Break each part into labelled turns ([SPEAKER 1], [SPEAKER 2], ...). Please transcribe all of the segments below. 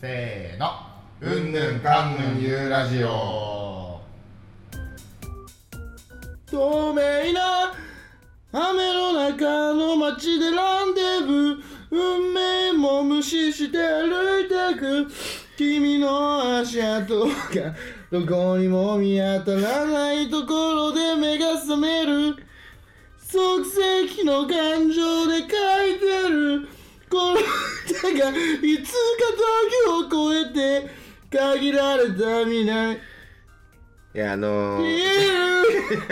[SPEAKER 1] せーの
[SPEAKER 2] うんぬんかんぬんゆうラジオ
[SPEAKER 3] 透明な雨の中の街でランデブー運命も無視して歩いてく君の足跡がどこにも見当たらないところで目が覚める即席の感情で書いてるこの歌がいつか時を超えて限られた未来
[SPEAKER 4] いやあのー、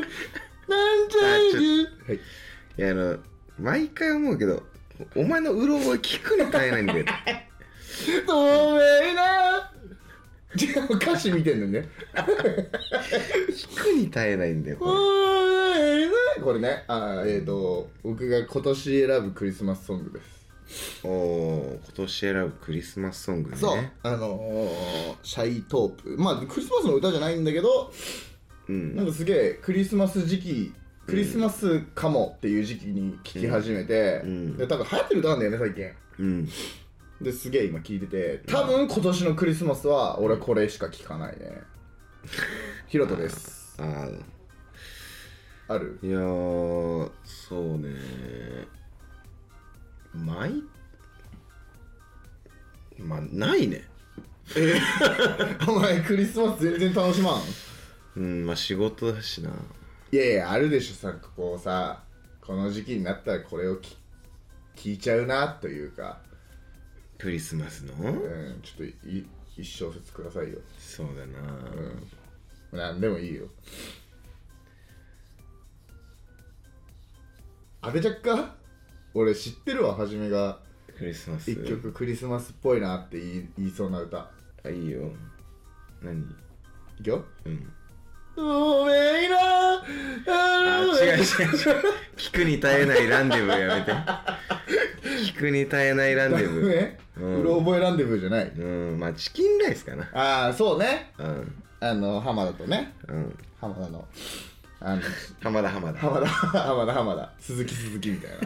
[SPEAKER 4] はい、いやあの毎回思うけどお前のうろ覚え聞くの大変なんだよ
[SPEAKER 3] 歌詞見てんのね
[SPEAKER 4] 聞くに耐えないんだよこ
[SPEAKER 3] これねあーえっ、ー、と僕が今年選ぶクリスマスソングです
[SPEAKER 4] れおー今年選ぶクリスマスソングね
[SPEAKER 3] そう、あのーシャイトープまあクリスマスの歌じゃないんだけど
[SPEAKER 4] うん
[SPEAKER 3] なんかすげえクリスマス時期クリスマスかもっていう時期に聴き始めて、
[SPEAKER 4] うん
[SPEAKER 3] で多分流行ってる歌なんだよね最近
[SPEAKER 4] うん
[SPEAKER 3] ですげえ今聴いてて多分今年のクリスマスは俺はこれしか聴かない ねヒロトです
[SPEAKER 4] ああ
[SPEAKER 3] ある
[SPEAKER 4] いやーそうね毎まあないね
[SPEAKER 3] お前クリスマス全然楽しまん
[SPEAKER 4] うんまあ仕事だしない
[SPEAKER 3] やいやあるでしょさこうさこの時期になったらこれをき聴いちゃうなというか
[SPEAKER 4] クリスマスの
[SPEAKER 3] うんちょっとい一小節くださいよ
[SPEAKER 4] そうだな、
[SPEAKER 3] なんでもいいよ当てちゃっか俺知ってるわはじめが
[SPEAKER 4] クリスマス
[SPEAKER 3] 一曲クリスマスっぽいなって言い言いそうな歌
[SPEAKER 4] あいいよ何
[SPEAKER 3] いくよ
[SPEAKER 4] うん
[SPEAKER 3] おめえら
[SPEAKER 4] あ違う違う違う聞くに耐えないランデブーやめて聞くに耐えないランデブ
[SPEAKER 3] ね、う
[SPEAKER 4] うん
[SPEAKER 3] ろ覚えランデブーじゃない
[SPEAKER 4] ーうんまあチキンライスかな
[SPEAKER 3] ああそうね
[SPEAKER 4] うん
[SPEAKER 3] あの浜田とね
[SPEAKER 4] うん
[SPEAKER 3] 浜田のあの
[SPEAKER 4] 浜田浜田
[SPEAKER 3] 浜田浜田浜田鈴木鈴木みた いな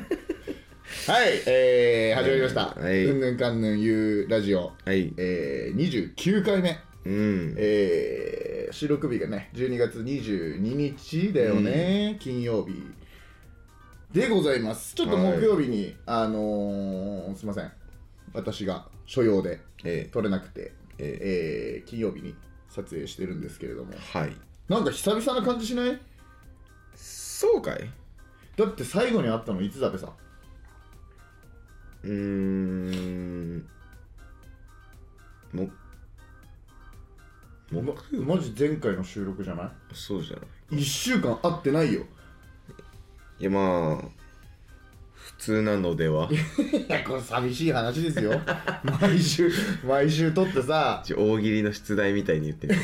[SPEAKER 3] はいえー、始まりました「
[SPEAKER 4] はい
[SPEAKER 3] うんぬんかんぬんゆうラジオ」
[SPEAKER 4] はい
[SPEAKER 3] えー、29回目、
[SPEAKER 4] うん
[SPEAKER 3] えー、収録日がね12月22日だよね、金曜日でございますちょっと
[SPEAKER 4] はい
[SPEAKER 3] 木曜日に、あのー、すいません私が所用で
[SPEAKER 4] え
[SPEAKER 3] 撮れなくて、
[SPEAKER 4] え
[SPEAKER 3] えー金曜日に撮影してるんですけれども
[SPEAKER 4] はい
[SPEAKER 3] なんか久々な感じしない
[SPEAKER 4] そうかい
[SPEAKER 3] だって最後に会ったのいつだべさ
[SPEAKER 4] うーんも
[SPEAKER 3] ま
[SPEAKER 4] も
[SPEAKER 3] マジ前回の収録じゃな
[SPEAKER 4] そうじゃない
[SPEAKER 3] い1週間会って ないよ
[SPEAKER 4] いやまあ普通なのではい
[SPEAKER 3] やこれ寂しい話ですよ 毎週毎週撮ってさ
[SPEAKER 4] ちょ大喜利の出題みたいに言ってる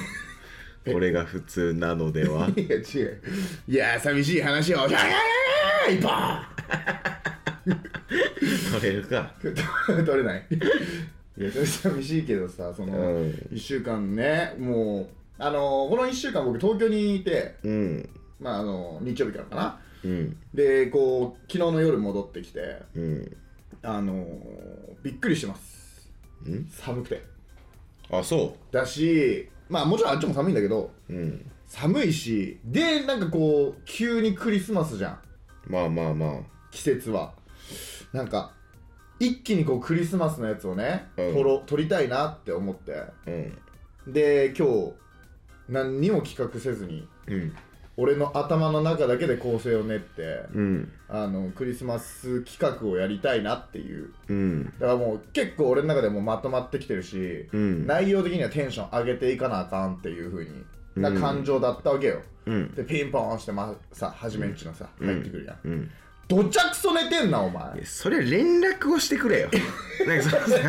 [SPEAKER 4] 俺が普通なので はい
[SPEAKER 3] や違ういや寂しい話をいやいやいやいやバ
[SPEAKER 4] 取れるか
[SPEAKER 3] ーン撮れ ないいや寂しいけどさそうの
[SPEAKER 4] ん
[SPEAKER 3] 1週間ねもうあのこの1週間僕東京にいて
[SPEAKER 4] うん
[SPEAKER 3] まああの日曜日からかな
[SPEAKER 4] うん
[SPEAKER 3] でこう昨日の夜戻ってきて
[SPEAKER 4] うん
[SPEAKER 3] あのびっくりしてます
[SPEAKER 4] ん
[SPEAKER 3] 寒くて
[SPEAKER 4] あそ
[SPEAKER 3] だしまあもちろんあっちも寒いんだけど
[SPEAKER 4] ううん
[SPEAKER 3] 寒いしでなんかこう急にクリスマスじゃん
[SPEAKER 4] まあまあまあ
[SPEAKER 3] 季節はなんか一気にこうクリスマスのやつをね、
[SPEAKER 4] うん
[SPEAKER 3] 撮ろ撮りたいなって思って
[SPEAKER 4] うん
[SPEAKER 3] で今日何にも企画せずに
[SPEAKER 4] うん
[SPEAKER 3] 俺の頭の中だけで構成を練って、
[SPEAKER 4] うん
[SPEAKER 3] あのクリスマス企画をやりたいなっていう
[SPEAKER 4] うん
[SPEAKER 3] だからもう結構俺の中でもまとまってきてるし、
[SPEAKER 4] うん
[SPEAKER 3] 内容的にはテンション上げていかなあかんっていう風にな
[SPEAKER 4] うん
[SPEAKER 3] 感情だったわけよ、
[SPEAKER 4] うん
[SPEAKER 3] でピンポン押して、ま、さ初めんちのさ入ってくるやん、
[SPEAKER 4] うん
[SPEAKER 3] どちゃくそ寝てんなお前
[SPEAKER 4] いやそれ連絡をしてくれよなんかそのさ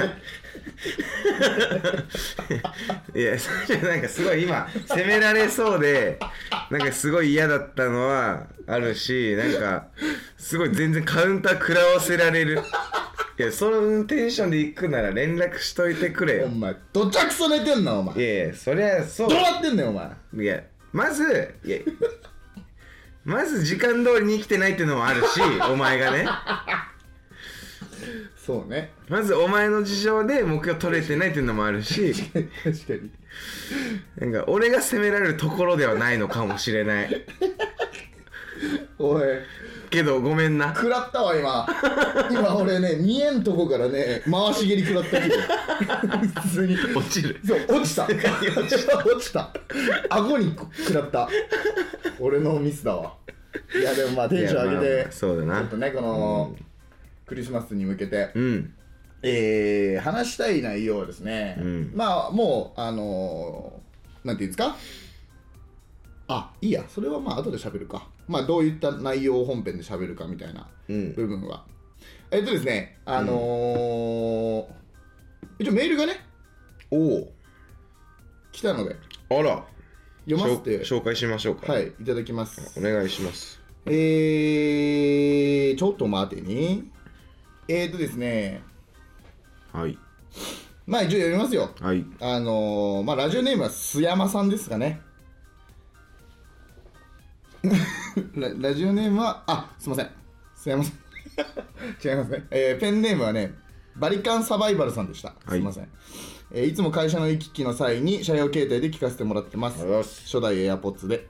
[SPEAKER 4] いやそれなんかすごい今責められそうでなんかすごい嫌だったのはあるしなんかすごい全然カウンター食らわせられるいやそのテンションで行くなら連絡しといてくれよ
[SPEAKER 3] お前どちゃくそ寝てんなお前
[SPEAKER 4] いやいやそりゃそう
[SPEAKER 3] どうなってんねんお前
[SPEAKER 4] いやまずいやまず時間通りに生きてないっていうのもある しお前がね
[SPEAKER 3] そうね
[SPEAKER 4] まずお前の事情で目標取れてないっていうのもあるし
[SPEAKER 3] 確かに
[SPEAKER 4] なんか俺が責められるところではないのかもしれない
[SPEAKER 3] おい
[SPEAKER 4] けどごめんな
[SPEAKER 3] 食らったわ 今今俺ね見えんとこからね回し蹴り食らったけど 普通に
[SPEAKER 4] 落ちる
[SPEAKER 3] そう落 ちた落ちた顎に食らった俺のミスだわいやでもまあテンション上
[SPEAKER 4] い
[SPEAKER 3] げ
[SPEAKER 4] やまあま
[SPEAKER 3] て
[SPEAKER 4] あそうだ
[SPEAKER 3] ち
[SPEAKER 4] な
[SPEAKER 3] ょっとねこの、クリスマスに向けて、
[SPEAKER 4] うん
[SPEAKER 3] えー話したい内容はですね、
[SPEAKER 4] うん
[SPEAKER 3] まあもうあのーなんていうんですかあいいやそれはまあ後で喋るかまあどういった内容を本編で喋るかみたいな
[SPEAKER 4] うん
[SPEAKER 3] 部分は、えっとですねあのー一応メールがね
[SPEAKER 4] おお
[SPEAKER 3] 来たので
[SPEAKER 4] あら
[SPEAKER 3] 読ませて
[SPEAKER 4] 紹紹介しましょうか
[SPEAKER 3] はいいただきます
[SPEAKER 4] お願いします
[SPEAKER 3] えー、ちょっと待てね。えーとですね、
[SPEAKER 4] はい
[SPEAKER 3] まあ一応読みますよ。
[SPEAKER 4] はい
[SPEAKER 3] あのー、まあラジオネームは須山さんですかね。 ララジオネームは、あ、すいません。須山さん。 違いますね。えーペンネームはね、バリカンサバイバルさんでした。
[SPEAKER 4] はい
[SPEAKER 3] すいません。えーいつも会社の行き来の際に車用携帯で聞かせてもらってます。初代 AirPods で、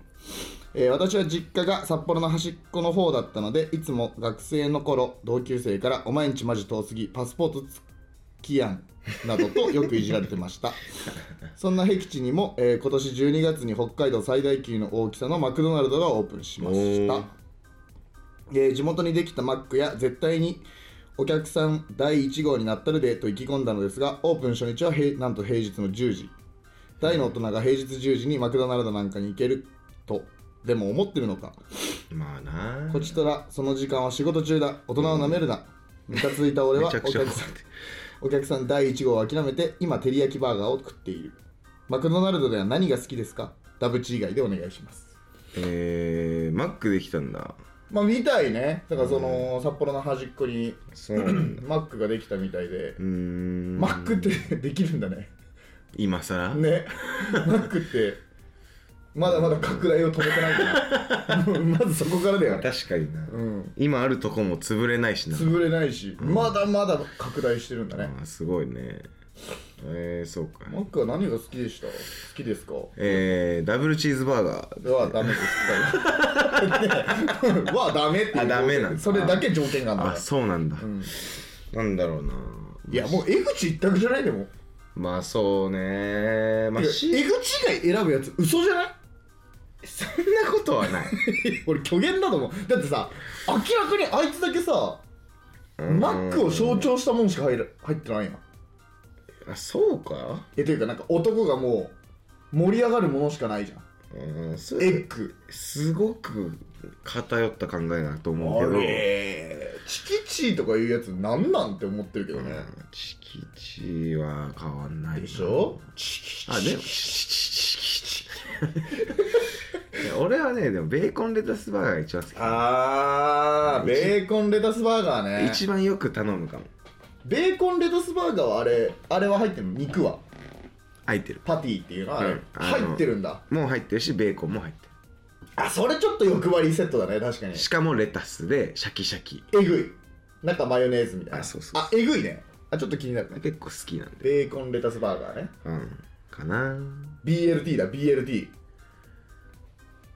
[SPEAKER 3] えー私は実家が札幌の端っこの方だったのでいつも学生の頃同級生から「お前んちマジ遠すぎパスポートつきやん」などとよくいじられてましたそんな僻地にも、えー今年12月に北海道最大級の大きさのマクドナルドがオープンしまし
[SPEAKER 4] おー
[SPEAKER 3] た、えー地元にできたマックや絶対にお客さん第1号になったるでと意気込んだのですがオープン初日はへいなんと平日の10時大の大人が平日10時にマクドナルドなんかに行けるとでも思ってるのか
[SPEAKER 4] まあな
[SPEAKER 3] こちとらその時間は仕事中だ大人をなめるなムカついた俺は
[SPEAKER 4] め
[SPEAKER 3] お
[SPEAKER 4] ちゃく
[SPEAKER 3] 客
[SPEAKER 4] ちゃ
[SPEAKER 3] さん
[SPEAKER 4] 怖い
[SPEAKER 3] お客さん第1号を諦めて今照り焼きバーガーを食っているマクドナルドでは何が好きですかダブチ以外でお願いします
[SPEAKER 4] えー、マックできたんだ
[SPEAKER 3] まあ見たいねだからその札幌の端っこに
[SPEAKER 4] そう なんだ
[SPEAKER 3] マックができたみたいで
[SPEAKER 4] うーん
[SPEAKER 3] マックって できるんだね
[SPEAKER 4] 今さ ら、
[SPEAKER 3] ねマックってまだまだ拡大を止めてないから まずそこからだよね
[SPEAKER 4] 確かにな、
[SPEAKER 3] うん
[SPEAKER 4] 今あるとこも潰れないしな
[SPEAKER 3] 潰れないし、まだまだ拡大してるんだね、
[SPEAKER 4] あーすごいねえー、そうか
[SPEAKER 3] マックは何が好きでした好きですか
[SPEAKER 4] えー、ダブルチーズバーガー
[SPEAKER 3] はダメ です。ねはダメっていう
[SPEAKER 4] あダメなんだ
[SPEAKER 3] それだけ条件があるんだ
[SPEAKER 4] あ
[SPEAKER 3] よ
[SPEAKER 4] そうなんだ、
[SPEAKER 3] ん
[SPEAKER 4] なんだろうない
[SPEAKER 3] やもう江口一択じゃないでも、
[SPEAKER 4] まあそうねまあ
[SPEAKER 3] いや
[SPEAKER 4] し
[SPEAKER 3] 江口以外選ぶやつ嘘じゃない
[SPEAKER 4] そんなことはない
[SPEAKER 3] 俺虚言だと思うだってさ明らかにあいつだけさマックを象徴したもんしか入る入ってないやん
[SPEAKER 4] あそうか
[SPEAKER 3] えというかなんか男がもう盛り上がるものしかないじゃん
[SPEAKER 4] うんそ
[SPEAKER 3] エ
[SPEAKER 4] れ
[SPEAKER 3] ッグ
[SPEAKER 4] すごく偏った考えだと思うけ
[SPEAKER 3] あ
[SPEAKER 4] ど
[SPEAKER 3] れチキチーとかいうやつなんなんて思ってるけどね、
[SPEAKER 4] うんチキチは変わんないな
[SPEAKER 3] でしょ
[SPEAKER 4] あでもいや俺はねでもベーコンレタスバーガーが一番好
[SPEAKER 3] あーベーコンレタスバーガー
[SPEAKER 4] き
[SPEAKER 3] ね
[SPEAKER 4] 一番よく頼むかも
[SPEAKER 3] ベーコンレタスバーガーはあれあれは入ってるの肉は
[SPEAKER 4] 入ってる
[SPEAKER 3] パティっていうのはあれ、
[SPEAKER 4] うんあの
[SPEAKER 3] 入ってるんだ
[SPEAKER 4] もう入ってるしベーコンも入って
[SPEAKER 3] あそれちょっと欲張りセットだね確かに
[SPEAKER 4] るしかもレタスでシャキシャキ
[SPEAKER 3] えぐいなんかマヨネーズみたいな
[SPEAKER 4] あそうそうそう
[SPEAKER 3] あえぐいねあちょっと気になるね
[SPEAKER 4] 結構好きなんで
[SPEAKER 3] ベーコンレタスバーガーね
[SPEAKER 4] うんかな
[SPEAKER 3] BLT だ BLT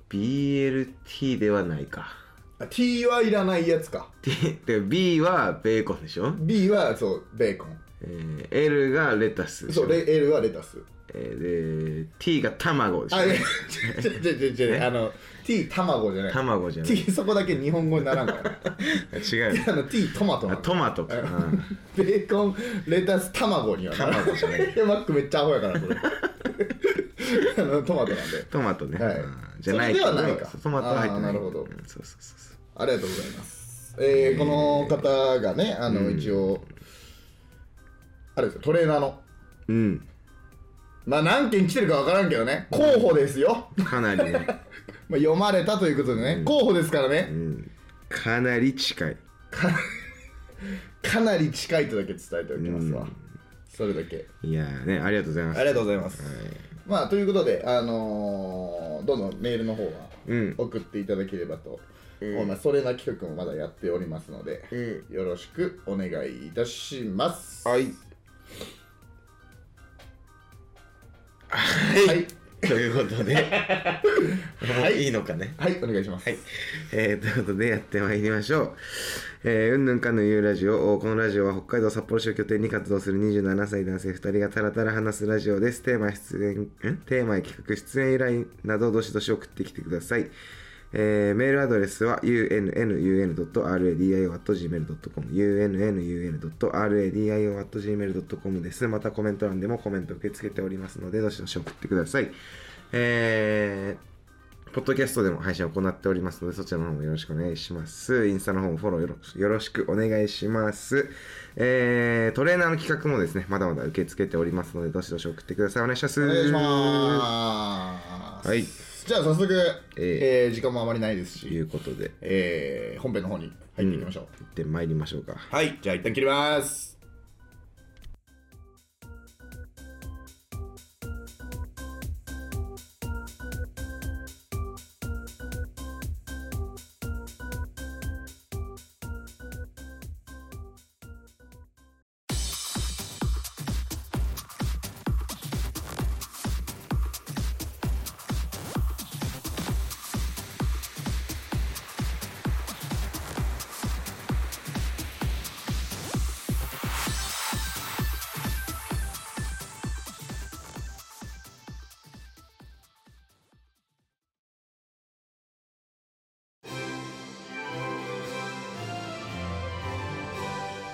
[SPEAKER 4] BLT ではないか
[SPEAKER 3] あ T はいらないやつか
[SPEAKER 4] T で B はベーコンでしょ、
[SPEAKER 3] B はそうベーコン
[SPEAKER 4] えー L がレタスでし
[SPEAKER 3] そ
[SPEAKER 4] ょ
[SPEAKER 3] うレ L はレタス
[SPEAKER 4] えーで T が卵でしょ
[SPEAKER 3] あえちょちょちょちょあの T 卵じゃない
[SPEAKER 4] 卵じゃない
[SPEAKER 3] T そこだけ日本語にならんから
[SPEAKER 4] 違うよ
[SPEAKER 3] あの T トマトな
[SPEAKER 4] あ
[SPEAKER 3] の
[SPEAKER 4] トマトかな
[SPEAKER 3] ベーコンレタス卵にはな
[SPEAKER 4] 卵じゃない
[SPEAKER 3] マックめっちゃアホやからそれ あのトマトなんで
[SPEAKER 4] トマトね、
[SPEAKER 3] はい
[SPEAKER 4] うんじゃないけど
[SPEAKER 3] それではないか
[SPEAKER 4] トマトは入ってない
[SPEAKER 3] あーなるほど
[SPEAKER 4] うんそうそうそう
[SPEAKER 3] ありがとうございます、えー、この方がねあの一応、あれですよトレーナーの
[SPEAKER 4] そううん
[SPEAKER 3] まあ何件来てるか分からんけどね候補ですよ、
[SPEAKER 4] かなりね、
[SPEAKER 3] まあ、読まれたということでね、候補ですから
[SPEAKER 4] う
[SPEAKER 3] ね
[SPEAKER 4] ん、かなり近い
[SPEAKER 3] かなり近いとだけ伝えておきますわ、
[SPEAKER 4] うん
[SPEAKER 3] それだけ
[SPEAKER 4] いやーねありがとうございます
[SPEAKER 3] ありがとうございます、まあということであのーどんどんメールの方は
[SPEAKER 4] うん
[SPEAKER 3] 送っていただければと
[SPEAKER 4] うん
[SPEAKER 3] 思います、それな企画もまだやっておりますので、
[SPEAKER 4] うん
[SPEAKER 3] よろしくお願いいたします
[SPEAKER 4] はいはい、
[SPEAKER 3] はい、
[SPEAKER 4] ということ でもういいのかね
[SPEAKER 3] はい、お願いします、
[SPEAKER 4] はい、えーということでやってまいりましょう。えーうんぬんかんぬんゆうラジオ。おこのラジオは北海道札幌市を拠点に活動する27歳男性2人がたらたら話すラジオです。テーマ出演、んテーマや企画、出演依頼などどしどし送ってきてください。えーメールアドレスは unnun.radio.gmail.com unnun.radio.gmail.com です。またコメント欄でもコメント受け付けておりますので、どしどし送ってください。えーポッドキャストでも配信を行っておりますので、そちらの方もよろしくお願いします。インスタの方もフォローよろよろしくお願いします。えートレーナーの企画もですね、まだまだ受け付けておりますので、どしどし送ってください。お願いします。
[SPEAKER 3] お願いします
[SPEAKER 4] はい
[SPEAKER 3] じゃあ早速、え
[SPEAKER 4] え
[SPEAKER 3] ー時間もあまりないです
[SPEAKER 4] とい
[SPEAKER 3] し、
[SPEAKER 4] うことで、
[SPEAKER 3] えー本編の方に入っていきましょう、
[SPEAKER 4] 行ってまいりましょうか。
[SPEAKER 3] はいじゃあ一旦切ります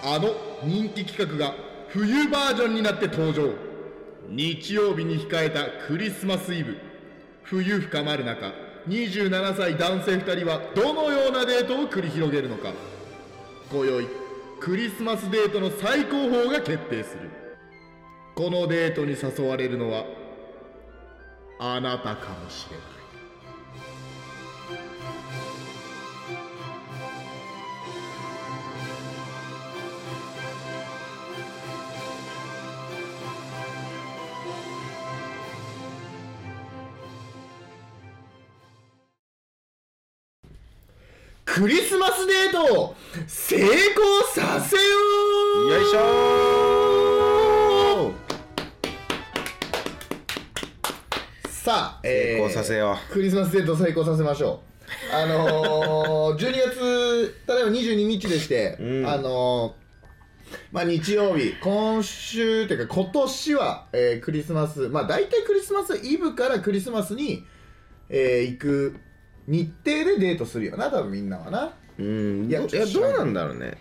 [SPEAKER 3] あの人気企画が冬バージョンになって登場日曜日に控えたクリスマスイブ冬深まる中27歳男性2人はどのようなデートを繰り広げるのか今宵クリスマスデートの最高峰が決定するこのデートに誘われるのはあなたかもしれないクリスマスデートを成功させよう
[SPEAKER 4] よいしょ
[SPEAKER 3] さあ、
[SPEAKER 4] 成功させよう
[SPEAKER 3] クリスマスデートを成功させましょうあのー、12月例えば22日でして、
[SPEAKER 4] うん
[SPEAKER 3] あのーまあ日曜日、今週というか今年は、えークリスマス、まあ大体クリスマスイブからクリスマスに、えー行く日程でデートするよな、多分みんなはな。
[SPEAKER 4] ーう
[SPEAKER 3] い
[SPEAKER 4] んい
[SPEAKER 3] や
[SPEAKER 4] や
[SPEAKER 3] ちょっと
[SPEAKER 4] どうなんだろうね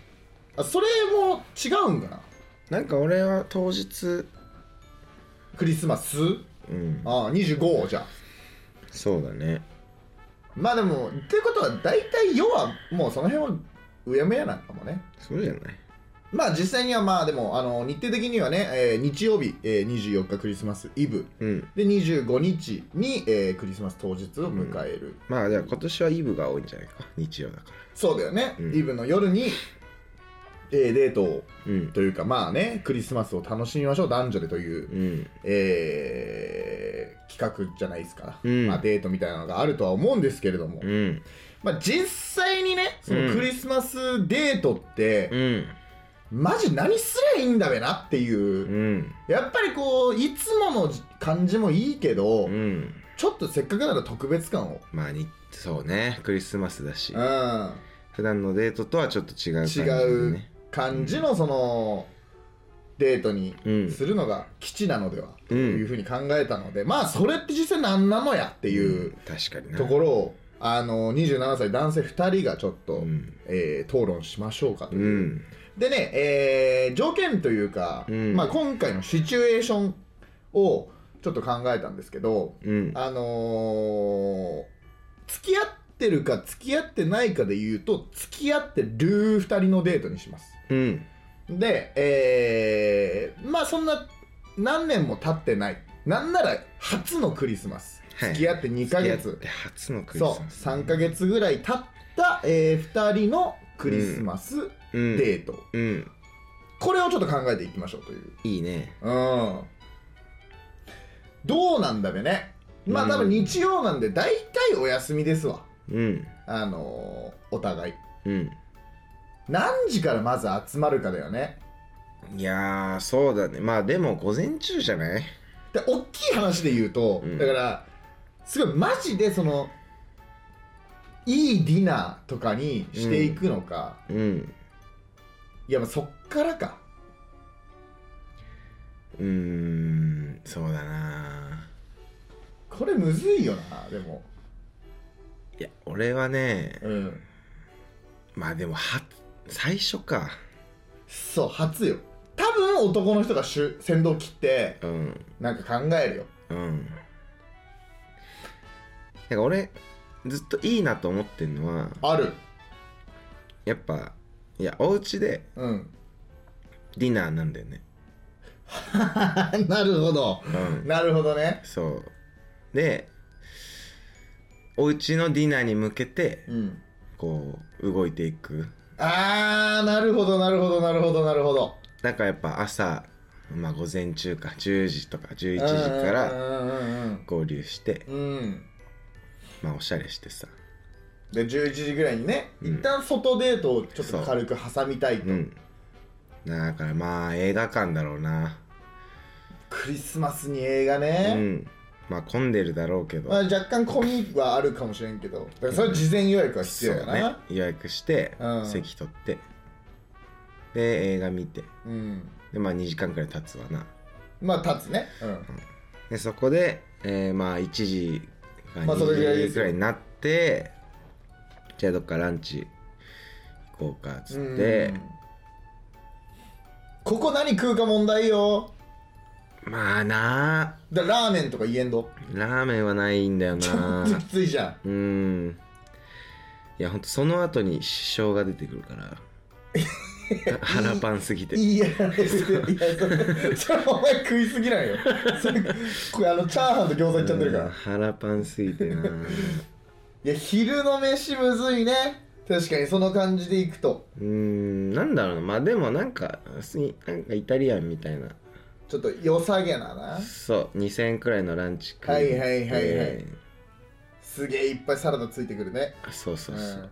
[SPEAKER 3] あそれも違うんかな
[SPEAKER 4] なんか俺は当日
[SPEAKER 3] クリスマス
[SPEAKER 4] うん
[SPEAKER 3] ああ25じゃあ
[SPEAKER 4] そうだね
[SPEAKER 3] まあでもっていうことは大体世はもうその辺はうやむやなんかもね
[SPEAKER 4] そうじゃない
[SPEAKER 3] まあ実際にはまあでもあの日程的にはね、えー日曜日、えー24日クリスマスイブ
[SPEAKER 4] うん
[SPEAKER 3] で25日に、えークリスマス当日を迎える、
[SPEAKER 4] まあじゃあ今年はイブが多いんじゃないか日曜だから
[SPEAKER 3] そうだよね、
[SPEAKER 4] うん
[SPEAKER 3] イブの夜に、えーデートを
[SPEAKER 4] うん
[SPEAKER 3] というかまあねクリスマスを楽しみましょう男女でという
[SPEAKER 4] うん
[SPEAKER 3] えー企画じゃないですか、
[SPEAKER 4] うん
[SPEAKER 3] まあ、デートみたいなのがあるとは思うんですけれども、
[SPEAKER 4] うん
[SPEAKER 3] まあ、実際にねその
[SPEAKER 4] うん
[SPEAKER 3] クリスマスデートって、
[SPEAKER 4] うん
[SPEAKER 3] マジ何すりゃいいんだべなっていうう、
[SPEAKER 4] ん
[SPEAKER 3] やっぱりこういつもの感じもいいけど、
[SPEAKER 4] うん
[SPEAKER 3] ちょっとせっかくなら特別感を、
[SPEAKER 4] まあにそうねクリスマスだし
[SPEAKER 3] うん、
[SPEAKER 4] 普段のデートとはちょっと違う感じだ
[SPEAKER 3] 違う
[SPEAKER 4] ね
[SPEAKER 3] 感じのその、デートに
[SPEAKER 4] うん
[SPEAKER 3] するのが基地なのでは、
[SPEAKER 4] う
[SPEAKER 3] というんふうに考えたのでまあそれって実際何なのやっていう。
[SPEAKER 4] ん確かにな
[SPEAKER 3] ところをあの27歳男性2人がちょっと、
[SPEAKER 4] うん
[SPEAKER 3] えー討論しましょうかと
[SPEAKER 4] う
[SPEAKER 3] いう、
[SPEAKER 4] ん
[SPEAKER 3] でね、えー条件というか、
[SPEAKER 4] うん
[SPEAKER 3] まあ、今回のシチュエーションをちょっと考えたんですけど、
[SPEAKER 4] うん
[SPEAKER 3] あのー付き合ってるか付き合ってないかで言うと付き合ってる2人のデートにします
[SPEAKER 4] うん
[SPEAKER 3] で、えーまあそんな何年も経ってないなんなら初のクリスマス
[SPEAKER 4] はい
[SPEAKER 3] 付き合って2ヶ月、
[SPEAKER 4] 付き合って初のクリスマス
[SPEAKER 3] そう3ヶ月ぐらい経った、え2人のクリスマス
[SPEAKER 4] うん
[SPEAKER 3] デート、
[SPEAKER 4] うん
[SPEAKER 3] これをちょっと考えていきましょうという
[SPEAKER 4] いいね
[SPEAKER 3] うんどうなんだべねまあ多分日曜なんで大体お休みですわ
[SPEAKER 4] うん
[SPEAKER 3] あのーお互い
[SPEAKER 4] うん
[SPEAKER 3] 何時からまず集まるかだよね
[SPEAKER 4] いやーそうだねまあでも午前中じゃない
[SPEAKER 3] で大きい話で言うと、
[SPEAKER 4] うん
[SPEAKER 3] だからすごいマジでそのいいディナーとかにしていくのか、
[SPEAKER 4] うん
[SPEAKER 3] いやまあそっからか
[SPEAKER 4] うーんそうだな
[SPEAKER 3] これむずいよなでも
[SPEAKER 4] いや俺はね
[SPEAKER 3] うん
[SPEAKER 4] まあでもは最初か
[SPEAKER 3] そう初よ多分男の人が主先導切って
[SPEAKER 4] うん
[SPEAKER 3] なんか考えるよ
[SPEAKER 4] うんなんか俺ずっといいなと思ってんのは
[SPEAKER 3] ある
[SPEAKER 4] やっぱいやお家で
[SPEAKER 3] うん
[SPEAKER 4] ディナーなんだよね
[SPEAKER 3] なるほど
[SPEAKER 4] うん
[SPEAKER 3] なるほどね
[SPEAKER 4] そうでお家のディナーに向けて
[SPEAKER 3] うん
[SPEAKER 4] こう動いていく
[SPEAKER 3] あーなるほどなるほどなるほどなるほど
[SPEAKER 4] だからやっぱ朝まあ午前中か10時とか11時か
[SPEAKER 3] う
[SPEAKER 4] ら
[SPEAKER 3] んうんうん
[SPEAKER 4] 合流して
[SPEAKER 3] うんうんうん
[SPEAKER 4] まあおしゃれしてさ
[SPEAKER 3] で11時ぐらいにね、
[SPEAKER 4] うん
[SPEAKER 3] 一旦外デートをちょっと軽く挟みたいと、
[SPEAKER 4] うんだからまあ映画館だろうな
[SPEAKER 3] クリスマスに映画
[SPEAKER 4] う
[SPEAKER 3] ね、
[SPEAKER 4] んまあ混んでるだろうけど
[SPEAKER 3] まあ、若干込みはあるかもしれんけどだからそれは事前予約は必要だな
[SPEAKER 4] ね予約して、
[SPEAKER 3] うん
[SPEAKER 4] 席取ってで映画見て
[SPEAKER 3] う,、
[SPEAKER 4] でまあ2時間くらい経つわなん
[SPEAKER 3] まあ立つねうん
[SPEAKER 4] でそこで、えーまあ1時か
[SPEAKER 3] まあそれぐらい
[SPEAKER 4] 2
[SPEAKER 3] で
[SPEAKER 4] 時
[SPEAKER 3] す
[SPEAKER 4] く
[SPEAKER 3] よ
[SPEAKER 4] らいになって、じゃあどっかランチ行こうかっつって
[SPEAKER 3] う、んここ何食うか問題よ
[SPEAKER 4] まあなあ
[SPEAKER 3] だラーメンとか言えんど
[SPEAKER 4] ラーメンはないんだよ
[SPEAKER 3] ちょ
[SPEAKER 4] な
[SPEAKER 3] っときついじゃん
[SPEAKER 4] うんいやほんとその後に支障が出てくるから腹パンすぎて
[SPEAKER 3] いやいやそれそれお前食いすぎなんよそれこれあのチャーハンと餃子いっちゃってるから、
[SPEAKER 4] うん腹パンすぎてな
[SPEAKER 3] いや昼の飯むずいね確かにその感じでいくと
[SPEAKER 4] うんなんだろうなまあでもなんか普通になんかイタリアンみたいな
[SPEAKER 3] ちょっと良さげなな
[SPEAKER 4] そう2000円くらいのランチ食
[SPEAKER 3] はいはいはいはい
[SPEAKER 4] え
[SPEAKER 3] すげえいっぱいサラダついてくるね
[SPEAKER 4] ーあそうそうそう、
[SPEAKER 3] うん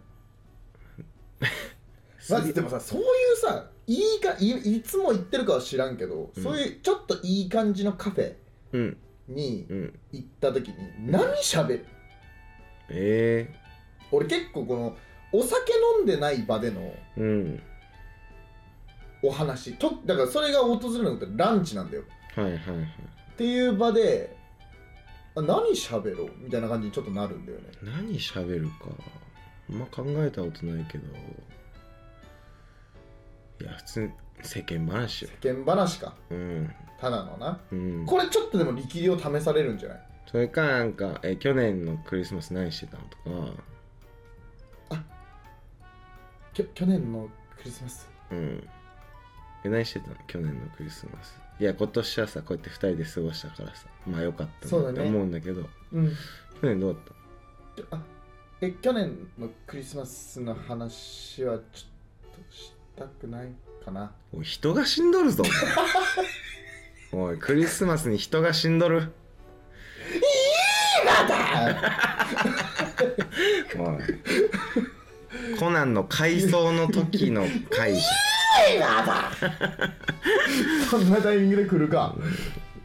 [SPEAKER 3] まずでもさそういうさいいかいいつも行ってるかは知らんけど、そういうちょっといい感じのカフェ
[SPEAKER 4] うん
[SPEAKER 3] に
[SPEAKER 4] うん
[SPEAKER 3] 行った時に何しゃべる
[SPEAKER 4] え
[SPEAKER 3] 俺結構このお酒飲んでない場での
[SPEAKER 4] えうん
[SPEAKER 3] お話とだからそれが訪れるのってランチなんだよ
[SPEAKER 4] はいはいはい
[SPEAKER 3] っていう場であ何しゃべろうみたいな感じにちょっとなるんだよね
[SPEAKER 4] 何喋るかあんま考えたことないけどいや普通に世間話よ
[SPEAKER 3] 世間話か
[SPEAKER 4] うん
[SPEAKER 3] ただのな
[SPEAKER 4] うん
[SPEAKER 3] これちょっとでも力量試されるんじゃない
[SPEAKER 4] それかなんかえ去年のクリスマス何してたのとか
[SPEAKER 3] きょ去年のクリスマス
[SPEAKER 4] うんえ何してたの去年のクリスマスいや今年はさこうやって2人で過ごしたからさまあよかった
[SPEAKER 3] そう
[SPEAKER 4] な
[SPEAKER 3] だね
[SPEAKER 4] って思うんだけど
[SPEAKER 3] うん
[SPEAKER 4] 去年どうだった
[SPEAKER 3] あえ去年のクリスマスの話はちょっとしたくないかな
[SPEAKER 4] おい人が死んど るぞお前おいクリスマスに人が死んどる おいコナンの回想の時の 回じ
[SPEAKER 3] そんなタイミングで来るか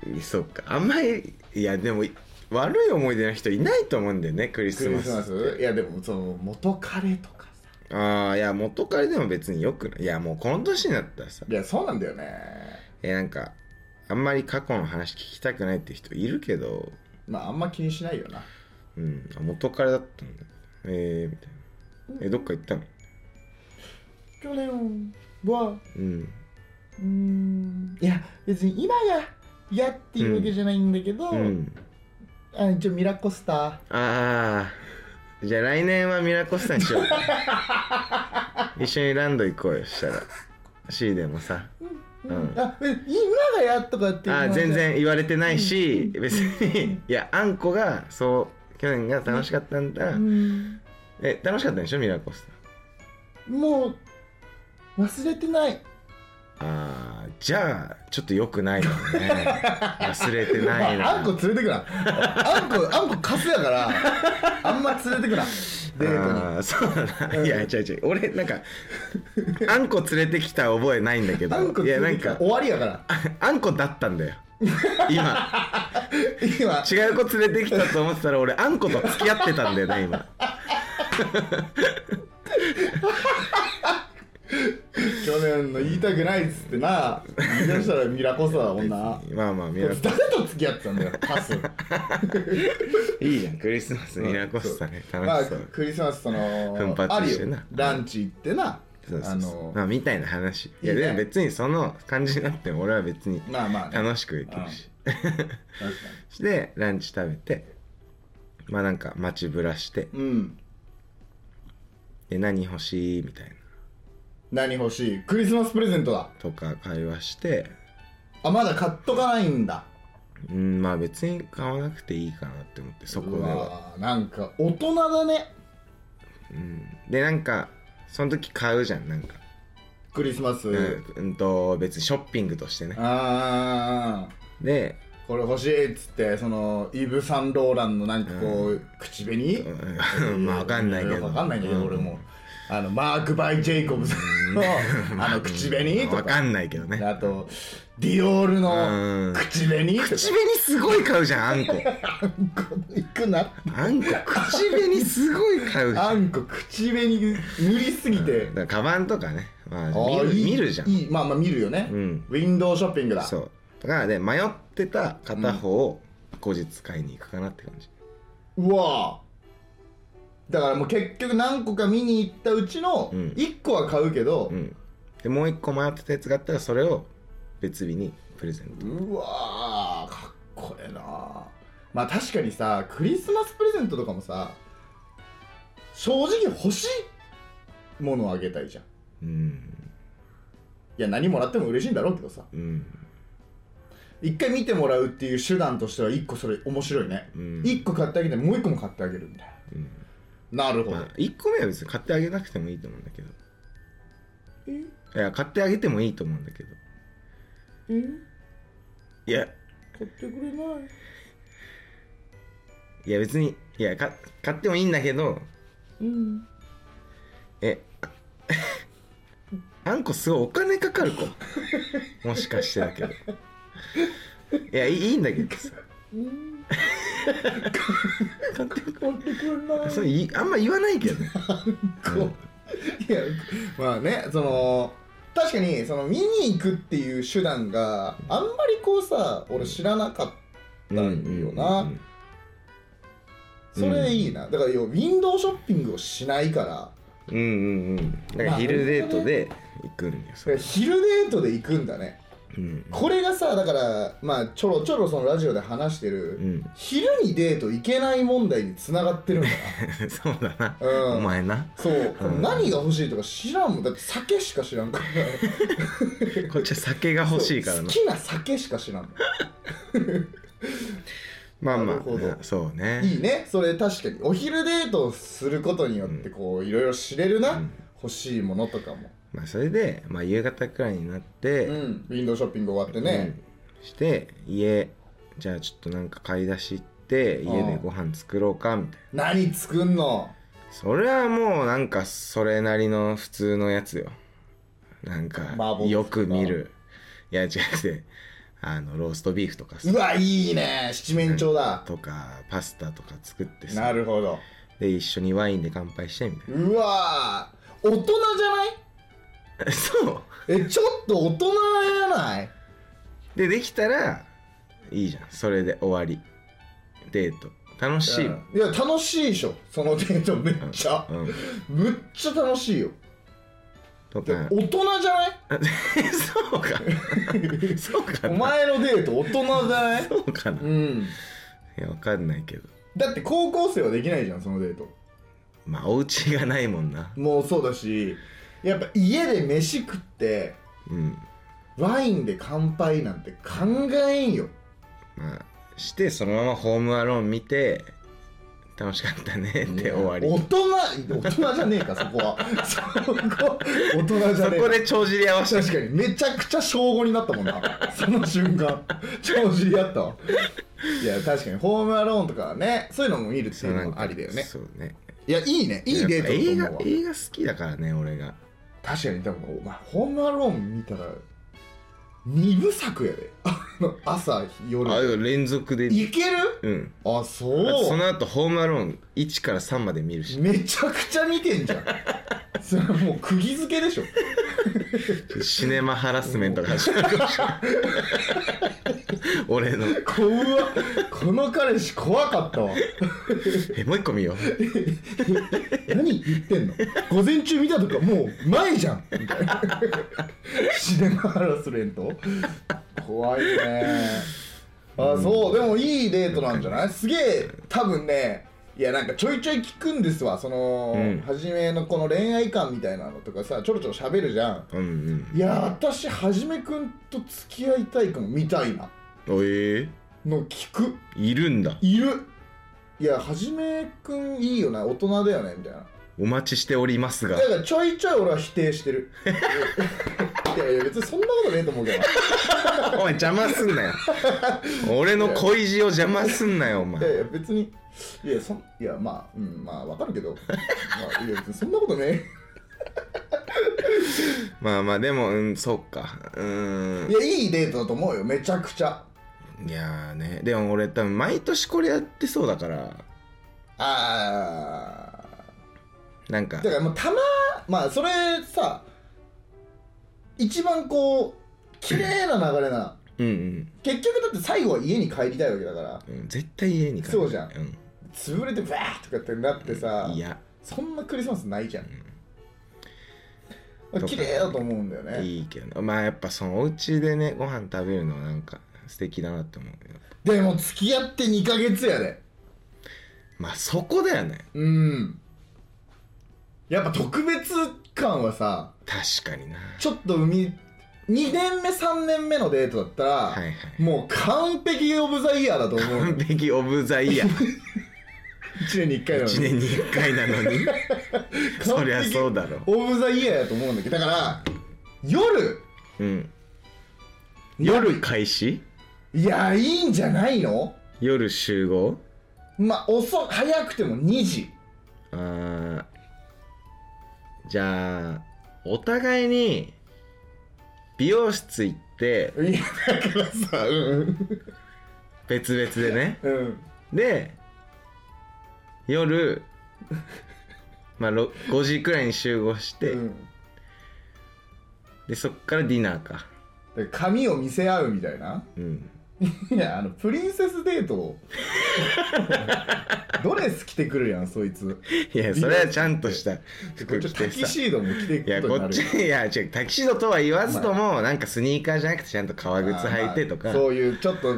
[SPEAKER 4] ゃんそっかあんまりいやでも悪い思い出の人いないと思うんだよねクリ
[SPEAKER 3] ク
[SPEAKER 4] ス
[SPEAKER 3] リ
[SPEAKER 4] マ
[SPEAKER 3] ス
[SPEAKER 4] ス
[SPEAKER 3] マスいやでもその元カレとかさ
[SPEAKER 4] ああいや元彼でも別によくないいやもうこの年になったらさ
[SPEAKER 3] いやそうなんだよね
[SPEAKER 4] えなんかあんまり過去の話聞きたくないって人いるけど
[SPEAKER 3] まああんま気にしないよな
[SPEAKER 4] うんあ元彼だったんだえー、みたいなえどっか行ったの
[SPEAKER 3] 去年は
[SPEAKER 4] うん
[SPEAKER 3] うーんいや別に今が嫌っていうわけじゃないんだけど、
[SPEAKER 4] うん
[SPEAKER 3] あ一応ミラコスタ
[SPEAKER 4] ああじゃあ来年はミラコスタにしよう 一緒にランド行こうよしたら C でもさうん
[SPEAKER 3] あえ今が嫌とかっていう
[SPEAKER 4] あ
[SPEAKER 3] の
[SPEAKER 4] あ
[SPEAKER 3] は
[SPEAKER 4] 全然言われてないし別にいやあんこがそう去年が楽しかったんだ
[SPEAKER 3] うん
[SPEAKER 4] え楽しかったんでしょミラコスタ
[SPEAKER 3] もう忘れてない
[SPEAKER 4] あーじゃあちょっと良くな いかもね忘れて
[SPEAKER 3] ま
[SPEAKER 4] ない
[SPEAKER 3] あ、
[SPEAKER 4] な、
[SPEAKER 3] あんこ連れてくなあんこあんこカスやからあんま連れてく なデートに
[SPEAKER 4] あーそうだな、いや違う違う俺なんかあんこ連れてきた覚えないんだけど
[SPEAKER 3] あんこ
[SPEAKER 4] いや
[SPEAKER 3] 連
[SPEAKER 4] な
[SPEAKER 3] れ
[SPEAKER 4] ん
[SPEAKER 3] てきたら
[SPEAKER 4] か
[SPEAKER 3] 終わりやから
[SPEAKER 4] ああんこだったんだよ今
[SPEAKER 3] 今
[SPEAKER 4] 違う子連れてきたと思ってたら俺あんこと付き合ってたんだよね今
[SPEAKER 3] 去年の言いたくないっつってな言い出したらミラコスだもんな
[SPEAKER 4] まあまあミラ
[SPEAKER 3] 誰
[SPEAKER 4] コ
[SPEAKER 3] と付き合ってたんだよカス
[SPEAKER 4] いいじゃんクリスマスミラコスタね
[SPEAKER 3] まあ
[SPEAKER 4] 楽しそう
[SPEAKER 3] クリスマスその
[SPEAKER 4] 奮発
[SPEAKER 3] ある
[SPEAKER 4] して
[SPEAKER 3] よ
[SPEAKER 4] な
[SPEAKER 3] ランチ行ってな
[SPEAKER 4] そうそ
[SPEAKER 3] あ
[SPEAKER 4] うそうま
[SPEAKER 3] の
[SPEAKER 4] あみたいな話い
[SPEAKER 3] いい
[SPEAKER 4] や
[SPEAKER 3] ね
[SPEAKER 4] でも別にその感じになっても俺は別に
[SPEAKER 3] まあまあね
[SPEAKER 4] 楽しくできるし
[SPEAKER 3] 確か
[SPEAKER 4] でランチ食べてまあなんか街ぶらして
[SPEAKER 3] にうん
[SPEAKER 4] で何欲しいみたいな
[SPEAKER 3] 何欲しいクリスマスプレゼントだ
[SPEAKER 4] とか会話して
[SPEAKER 3] あまだ買っとかないんだ
[SPEAKER 4] うんまあ別に買わなくていいかなって思ってそこで
[SPEAKER 3] う
[SPEAKER 4] は
[SPEAKER 3] わーなんか大人だね
[SPEAKER 4] でなんかその時買うじゃんなんか
[SPEAKER 3] クリスマス、
[SPEAKER 4] うん、うんと別にショッピングとしてね
[SPEAKER 3] ああ
[SPEAKER 4] で、
[SPEAKER 3] これ欲しいっつってそのイブ・サンローランのなんかこう、口紅、
[SPEAKER 4] うん まあわかんないけど
[SPEAKER 3] わかんないんだけど、
[SPEAKER 4] うん
[SPEAKER 3] 俺もあのマーク・バイ・ジェイコブスのあの口紅と
[SPEAKER 4] わ
[SPEAKER 3] か
[SPEAKER 4] かんないけどね
[SPEAKER 3] あとディオール
[SPEAKER 4] う
[SPEAKER 3] の
[SPEAKER 4] ん
[SPEAKER 3] 口紅とか
[SPEAKER 4] 口紅すごい買うじゃんあんこ
[SPEAKER 3] あんこ行くな
[SPEAKER 4] あんこ口紅すごい買うじゃん
[SPEAKER 3] あんこ口紅塗りすぎて、
[SPEAKER 4] だからカバンとかね、まあ、
[SPEAKER 3] あ
[SPEAKER 4] 見
[SPEAKER 3] ー
[SPEAKER 4] る
[SPEAKER 3] いい
[SPEAKER 4] 見るじゃん
[SPEAKER 3] いいまあまあ見るよね、
[SPEAKER 4] うん
[SPEAKER 3] ウィンドウショッピングだ
[SPEAKER 4] そうだからで迷ってた片方を後日買いに行くかなって感じ、
[SPEAKER 3] うわーだからもう結局何個か見に行ったうちの
[SPEAKER 4] うん
[SPEAKER 3] 1個は買うけど
[SPEAKER 4] う、ん、でもう一個迷ってたやつがあったらそれを別日にプレゼント
[SPEAKER 3] うわーかっこええなまあ確かにさクリスマスプレゼントとかもさ正直欲しいものをあげたいじゃんい
[SPEAKER 4] うん
[SPEAKER 3] や何もらっても嬉しいんだろうけどさ
[SPEAKER 4] うん
[SPEAKER 3] 一回見てもらうっていう手段としては一個それ面白いね、
[SPEAKER 4] うん
[SPEAKER 3] 一個買ってあげてもう一個も買ってあげるみたい
[SPEAKER 4] うん
[SPEAKER 3] ななるほど、
[SPEAKER 4] まあ、1個目は別に買ってあげなくてもいいと思うんだけど
[SPEAKER 3] え
[SPEAKER 4] いや買ってあげてもいいと思うんだけど
[SPEAKER 3] え
[SPEAKER 4] いや
[SPEAKER 3] 買ってくれない
[SPEAKER 4] いや別にいやか買ってもいいんだけど
[SPEAKER 3] うん
[SPEAKER 4] え ああんこすごいお金かかる子もしかしてだけどいやいいいいんだけどさ
[SPEAKER 3] うん
[SPEAKER 4] 買ってく
[SPEAKER 3] 買ってくれない
[SPEAKER 4] それいあんま言わない けどね
[SPEAKER 3] こういやまあねその確かにその見に行くっていう手段があんまりこうさ俺知らなかったんよな、
[SPEAKER 4] うん
[SPEAKER 3] それいいなだから要はウィンドウショッピングをしないから
[SPEAKER 4] うんうんうんだから昼デートで行くんよそ
[SPEAKER 3] だから
[SPEAKER 4] れ、
[SPEAKER 3] 昼デートで行くんだね
[SPEAKER 4] うん
[SPEAKER 3] これがさだからまあちょろちょろそのラジオで話してる、
[SPEAKER 4] うん、
[SPEAKER 3] 昼にデート行けない問題につながってるんだな
[SPEAKER 4] そうだな、
[SPEAKER 3] うん
[SPEAKER 4] お前な
[SPEAKER 3] そう、
[SPEAKER 4] うん
[SPEAKER 3] 何が欲しいとか知らんもんだって酒しか知らんから
[SPEAKER 4] こっちは酒が欲しいから
[SPEAKER 3] そ う好
[SPEAKER 4] な
[SPEAKER 3] きな酒しか知らんもん
[SPEAKER 4] まあま
[SPEAKER 3] なるほど
[SPEAKER 4] あそうね
[SPEAKER 3] いいねそれ確かにお昼デートをすることによってこういろいろ知れるな、
[SPEAKER 4] うん
[SPEAKER 3] 欲しいものとかも
[SPEAKER 4] まあ、それで、まあ、夕方くらいになって、
[SPEAKER 3] うんウィンドウショッピング終わってね、
[SPEAKER 4] うんして家じゃあちょっとなんか買い出し行って
[SPEAKER 3] ああ
[SPEAKER 4] 家でご飯作ろうかみたいな
[SPEAKER 3] 何作んの
[SPEAKER 4] それはもうなんかそれなりの普通のやつよなんか
[SPEAKER 3] 麻婆豆腐とか
[SPEAKER 4] よく見るいや違くてあのローストビーフとかさ
[SPEAKER 3] うわいいね七面鳥だ、
[SPEAKER 4] とかパスタとか作って
[SPEAKER 3] な
[SPEAKER 4] さ
[SPEAKER 3] るほど
[SPEAKER 4] で一緒にワインで乾杯してみたいう
[SPEAKER 3] わー大人じ
[SPEAKER 4] な そう
[SPEAKER 3] ゃないえちょっと大人やない
[SPEAKER 4] でできたらいいじゃんそれで終わりデート楽しいもん
[SPEAKER 3] いや楽しいでしょそのデートめっちゃ、
[SPEAKER 4] うん
[SPEAKER 3] むっちゃ楽しいよ
[SPEAKER 4] と
[SPEAKER 3] で
[SPEAKER 4] か
[SPEAKER 3] 大人じゃない
[SPEAKER 4] そう かそうか
[SPEAKER 3] お
[SPEAKER 4] な
[SPEAKER 3] 前のデート大人じゃない
[SPEAKER 4] そうかな
[SPEAKER 3] うん
[SPEAKER 4] いやわかんないけど
[SPEAKER 3] だって高校生はできないじゃんそのデート
[SPEAKER 4] まあお家がないもんな
[SPEAKER 3] もうそうだしやっぱ家で飯食って
[SPEAKER 4] うん
[SPEAKER 3] ワインで乾杯なんて考えんよ
[SPEAKER 4] まあしてそのままホームアローン見て楽しかったねって終わり
[SPEAKER 3] 大人大人じゃねえかそこはそこ大人じゃ
[SPEAKER 4] そ
[SPEAKER 3] ねえ
[SPEAKER 4] こで帳尻合わせ
[SPEAKER 3] 確かにめちゃくちゃ小5になったもんなその瞬間超知り合ったわいや確かにホームアローンとかはねそういうのも見るっていうのもありだよね
[SPEAKER 4] そうね
[SPEAKER 3] いやいいねいいデート
[SPEAKER 4] や
[SPEAKER 3] だ
[SPEAKER 4] っ
[SPEAKER 3] と思う
[SPEAKER 4] ぱ
[SPEAKER 3] わ
[SPEAKER 4] 映画映画好きだからね俺が
[SPEAKER 3] 確かにでもお前ホームアローン見たら二部作やであの朝
[SPEAKER 4] あ
[SPEAKER 3] 夜
[SPEAKER 4] でも連続で
[SPEAKER 3] いける
[SPEAKER 4] うん
[SPEAKER 3] あ
[SPEAKER 4] あと
[SPEAKER 3] そ
[SPEAKER 4] そうの後ホームアローン1から3まで見るし
[SPEAKER 3] めちゃくちゃ見てんじゃ んそれはもう釘付けでしょ
[SPEAKER 4] シネマハラスメントが始まるかもしれない俺の
[SPEAKER 3] 怖っこの彼氏怖かったわ
[SPEAKER 4] えもう一個見よう
[SPEAKER 3] 何言ってんの午前中見たとかもう前じゃんみたいなシネマハラスメント怖いねあそうでもいいデートなんじゃないすげえ多分ねいやなんかちょいちょい聞くんですわその、
[SPEAKER 4] うん
[SPEAKER 3] 初めのこの恋愛観みたいなのとかさちょろちょろ喋るじゃん
[SPEAKER 4] うんうん
[SPEAKER 3] いや私はじめくんと付き合いたいかもみたいな
[SPEAKER 4] おえ
[SPEAKER 3] の聞く
[SPEAKER 4] ー、いるんだ
[SPEAKER 3] いるいやはじめくんいいよな大人だよねみたいな
[SPEAKER 4] お待ちしておりますが
[SPEAKER 3] だからちょいちょい俺は否定してる いやいや別にそんなことねえと思うけどな
[SPEAKER 4] お前邪魔すんなよ俺の恋路を邪魔すんなよ
[SPEAKER 3] い
[SPEAKER 4] お
[SPEAKER 3] や
[SPEAKER 4] 前
[SPEAKER 3] いや別にいやそんいやまあうんまあわかるけど、まあ、いや別にそんなことね
[SPEAKER 4] まあまあでもうんそっかうー
[SPEAKER 3] えいやいいデートだと思うよめちゃくちゃ
[SPEAKER 4] んいやーねでも俺多分毎年これやってそうだから
[SPEAKER 3] あ
[SPEAKER 4] なんか
[SPEAKER 3] ーだからもうたままあそれさ一番こう綺麗な流れな
[SPEAKER 4] うんうん
[SPEAKER 3] 結局だって最後は家に帰りたいわけだから
[SPEAKER 4] うん絶対家に帰る
[SPEAKER 3] そうじゃん
[SPEAKER 4] うん
[SPEAKER 3] 潰れてバーッとかってなってさ
[SPEAKER 4] いや
[SPEAKER 3] そんなクリスマスないじゃん、
[SPEAKER 4] ん
[SPEAKER 3] 綺麗だと思うんだよね
[SPEAKER 4] いいけどまあやっぱそのお家でねご飯食べるのはなんか素敵だなって思うよ
[SPEAKER 3] でも付き合って2ヶ月やで
[SPEAKER 4] まあそこだよね
[SPEAKER 3] うんやっぱ特別感はさ
[SPEAKER 4] 確かにな
[SPEAKER 3] ちょっと海2年目3年目のデートだったら、
[SPEAKER 4] はいはい
[SPEAKER 3] もう完璧オブザイヤーだと思う
[SPEAKER 4] 完璧オブザイヤー
[SPEAKER 3] 1年に1回なの
[SPEAKER 4] 1
[SPEAKER 3] に
[SPEAKER 4] 年に1回なのにそりゃそうだろ
[SPEAKER 3] オブザイヤーやと思うんだけどだから夜
[SPEAKER 4] うん夜開始
[SPEAKER 3] いやいいんじゃないの
[SPEAKER 4] 夜集合
[SPEAKER 3] まあ遅早くても2時
[SPEAKER 4] あーじゃあお互いに美容室行って
[SPEAKER 3] いやだからさうん
[SPEAKER 4] 別々でね
[SPEAKER 3] うん
[SPEAKER 4] で夜まあろ5時くらいに集合して、
[SPEAKER 3] うん
[SPEAKER 4] でそっからディナーか
[SPEAKER 3] で髪を見せ合うみたいな
[SPEAKER 4] うん
[SPEAKER 3] いやあのプリンセスデート をドレス着てくるやんそいつ
[SPEAKER 4] いやそれはちゃんとした
[SPEAKER 3] こっ
[SPEAKER 4] 服
[SPEAKER 3] ち
[SPEAKER 4] 着
[SPEAKER 3] タ
[SPEAKER 4] て
[SPEAKER 3] キ
[SPEAKER 4] さ
[SPEAKER 3] シードも着て
[SPEAKER 4] いや
[SPEAKER 3] くこ
[SPEAKER 4] こ
[SPEAKER 3] にな
[SPEAKER 4] とっ
[SPEAKER 3] る
[SPEAKER 4] ちいや違うタキシードとは言わずともなんかスニーカーじゃなくてちゃんと革
[SPEAKER 3] あー
[SPEAKER 4] 靴履いてと
[SPEAKER 3] ま
[SPEAKER 4] か
[SPEAKER 3] あそういうちょっと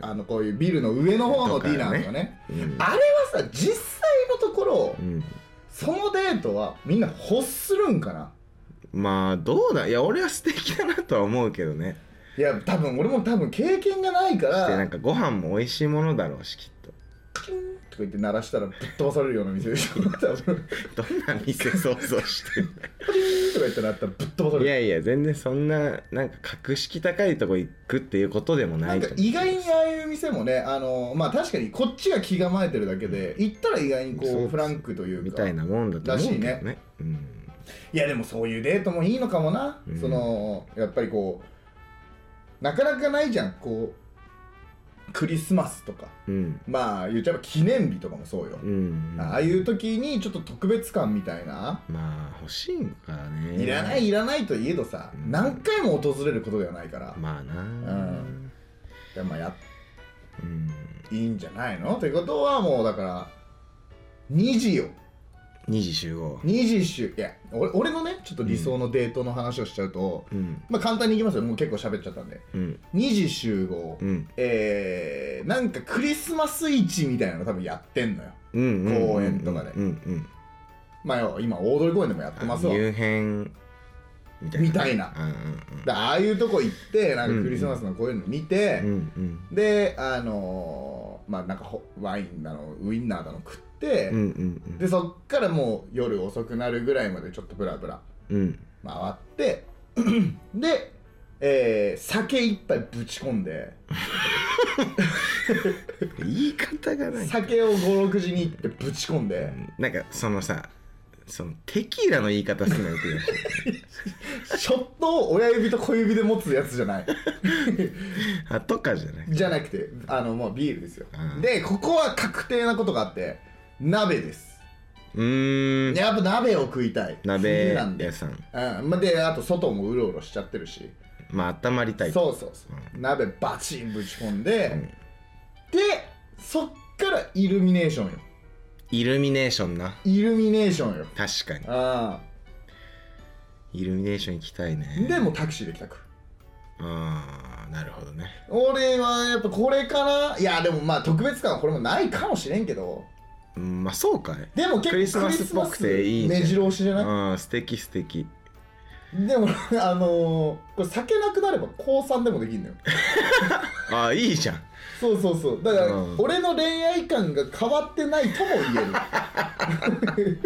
[SPEAKER 3] あのこういうビルの上の方のディナーとかね
[SPEAKER 4] うん
[SPEAKER 3] あれはさ実際のところ
[SPEAKER 4] うん
[SPEAKER 3] そのデートはみんな欲するんかな
[SPEAKER 4] まあどうだいや俺は素敵だなとは思うけどね
[SPEAKER 3] いや多分俺も多分経験がないか
[SPEAKER 4] で
[SPEAKER 3] ら
[SPEAKER 4] なんかご飯も美味しいものだろうしきっ
[SPEAKER 3] とか言って鳴らしたらぶっ飛ばされるような店でし ょ多分
[SPEAKER 4] とどんな店想像してん
[SPEAKER 3] とか言って鳴ったらぶっ飛ばされ
[SPEAKER 4] だ
[SPEAKER 3] る
[SPEAKER 4] いやいや全然そんななんか格式高いとこ行くっていうことでもな
[SPEAKER 3] ないんか
[SPEAKER 4] と思う
[SPEAKER 3] 意外にああいう店もね、あのまあ、確かにこっちが気構えてるだけで行ったら意外に
[SPEAKER 4] そう
[SPEAKER 3] こ
[SPEAKER 4] で
[SPEAKER 3] う
[SPEAKER 4] す
[SPEAKER 3] フランクという
[SPEAKER 4] み
[SPEAKER 3] か
[SPEAKER 4] たいなもんだと思うけど
[SPEAKER 3] らしい
[SPEAKER 4] ねうん
[SPEAKER 3] いやでもそういうデートもいいのかもな、
[SPEAKER 4] うん
[SPEAKER 3] そのやっぱりこうなかなかないじゃんこうクリスマスとか
[SPEAKER 4] うん
[SPEAKER 3] まあ言っちゃえば記念日とかもそうよ、
[SPEAKER 4] うん
[SPEAKER 3] ああいう時にちょっと特別感みたいな、
[SPEAKER 4] まあ欲しいんかね
[SPEAKER 3] いらないいらないといえどさ、
[SPEAKER 4] うん
[SPEAKER 3] 何回も訪れることではないから、
[SPEAKER 4] まあな
[SPEAKER 3] うんでまあや
[SPEAKER 4] うん
[SPEAKER 3] いいんじゃないのということはもうだから2時よ
[SPEAKER 4] 2時集合
[SPEAKER 3] 2時集いや俺俺のねちょっと理想のデートの話をしちゃうと、
[SPEAKER 4] うん
[SPEAKER 3] まあ簡単にいきますよもう結構喋っちゃったんで
[SPEAKER 4] うん
[SPEAKER 3] 2時集合、
[SPEAKER 4] うん
[SPEAKER 3] えー、なんかクリスマス市みたいなの多分やってんのよ
[SPEAKER 4] うんうん
[SPEAKER 3] 公園とかで
[SPEAKER 4] うんうん
[SPEAKER 3] まあ要は今大通公園でもやって
[SPEAKER 4] あ
[SPEAKER 3] ますわ
[SPEAKER 4] 入編みたいな
[SPEAKER 3] みたいな
[SPEAKER 4] うん
[SPEAKER 3] だああいうとこ行ってなんかクリスマスのこういうの見て
[SPEAKER 4] うんう、んうん
[SPEAKER 3] であのー、まあなんかほワインだのウインナーだの食っって、
[SPEAKER 4] うんうん
[SPEAKER 3] でそっからもう夜遅くなるぐらいまでちょっとブラブラ
[SPEAKER 4] うんうん
[SPEAKER 3] 回って、 で、えー酒一杯ぶち込んで
[SPEAKER 4] 言い方がない
[SPEAKER 3] 酒を56時に行ってぶち込んで
[SPEAKER 4] なんかそのさそのテキーラの言い方するのよくない
[SPEAKER 3] ショットを親指と小指で持つやつじゃない
[SPEAKER 4] あとかじゃない
[SPEAKER 3] じゃなくてあのもうビールですよ、
[SPEAKER 4] うん
[SPEAKER 3] でここは確定なことがあって鍋です
[SPEAKER 4] うーん
[SPEAKER 3] やっぱ鍋を食いたい
[SPEAKER 4] 鍋
[SPEAKER 3] 冬なんで
[SPEAKER 4] 屋さん
[SPEAKER 3] うんまあ、であと外もうろうろしちゃってるし、
[SPEAKER 4] まあ温まりたい
[SPEAKER 3] そうそうそう、鍋バチンぶち込んで、でそっからイルミネーションよ
[SPEAKER 4] イルミネーションな
[SPEAKER 3] イルミネーションよ
[SPEAKER 4] 確かに
[SPEAKER 3] あ
[SPEAKER 4] イルミネーション行きたい
[SPEAKER 3] あ
[SPEAKER 4] ね
[SPEAKER 3] でもうタクシーで帰宅
[SPEAKER 4] ああなるほどね
[SPEAKER 3] 俺はやっぱこれからいやでもまあ特別感はこれもないかもしれんけど
[SPEAKER 4] うんまあそうかい
[SPEAKER 3] でも結構
[SPEAKER 4] クリスマスっぽくていい
[SPEAKER 3] ク
[SPEAKER 4] じゃん
[SPEAKER 3] リスマス目白押しじゃな
[SPEAKER 4] ああ素敵素敵
[SPEAKER 3] いでも あのー、これ酒なくなれば高3でもできんのよ
[SPEAKER 4] ああいいじゃん
[SPEAKER 3] そうそうそうだから
[SPEAKER 4] うん
[SPEAKER 3] 俺の恋愛感が変わってないとも 言える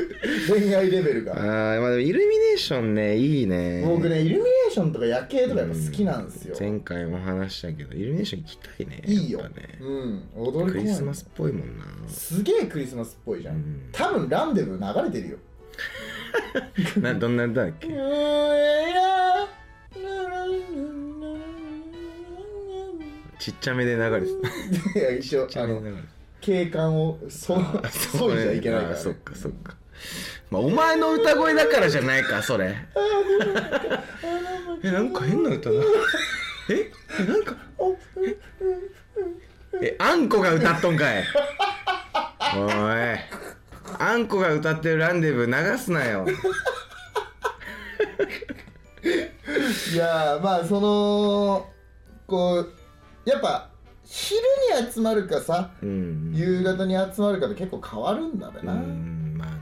[SPEAKER 3] 恋愛レベル
[SPEAKER 4] ああ
[SPEAKER 3] が
[SPEAKER 4] まあでもイルミネーションねいいね
[SPEAKER 3] 僕ねイルミネーションとか夜景とかやっぱ好きなんですよ
[SPEAKER 4] 前回も話したけどイルミネーション行きたいね
[SPEAKER 3] いいよ、
[SPEAKER 4] やっぱね
[SPEAKER 3] うん踊り
[SPEAKER 4] ク
[SPEAKER 3] 込
[SPEAKER 4] リスマスっぽいもんな
[SPEAKER 3] すげえクリスマスっぽいじゃん、
[SPEAKER 4] うん
[SPEAKER 3] 多分ランデブー流れてるよ
[SPEAKER 4] などんな歌だっ
[SPEAKER 3] う
[SPEAKER 4] け
[SPEAKER 3] えら
[SPEAKER 4] ちっちゃめで流れてた
[SPEAKER 3] いや一応
[SPEAKER 4] ちっち
[SPEAKER 3] あ
[SPEAKER 4] ゃめで
[SPEAKER 3] の
[SPEAKER 4] 流れてた
[SPEAKER 3] 景観をそ
[SPEAKER 4] あ
[SPEAKER 3] そいじゃいけないから、
[SPEAKER 4] あそっかそっかまあお前の歌声だからじゃないかそれえなんか変な歌だええなんかえあんこが歌っとんかいおいあんこが歌ってるランデブー流すなよ
[SPEAKER 3] いやーまあそのこうやっぱ昼に集まるかさ
[SPEAKER 4] うん
[SPEAKER 3] 夕方に集まるかで結構変わるんだべ
[SPEAKER 4] う
[SPEAKER 3] な、
[SPEAKER 4] んまあね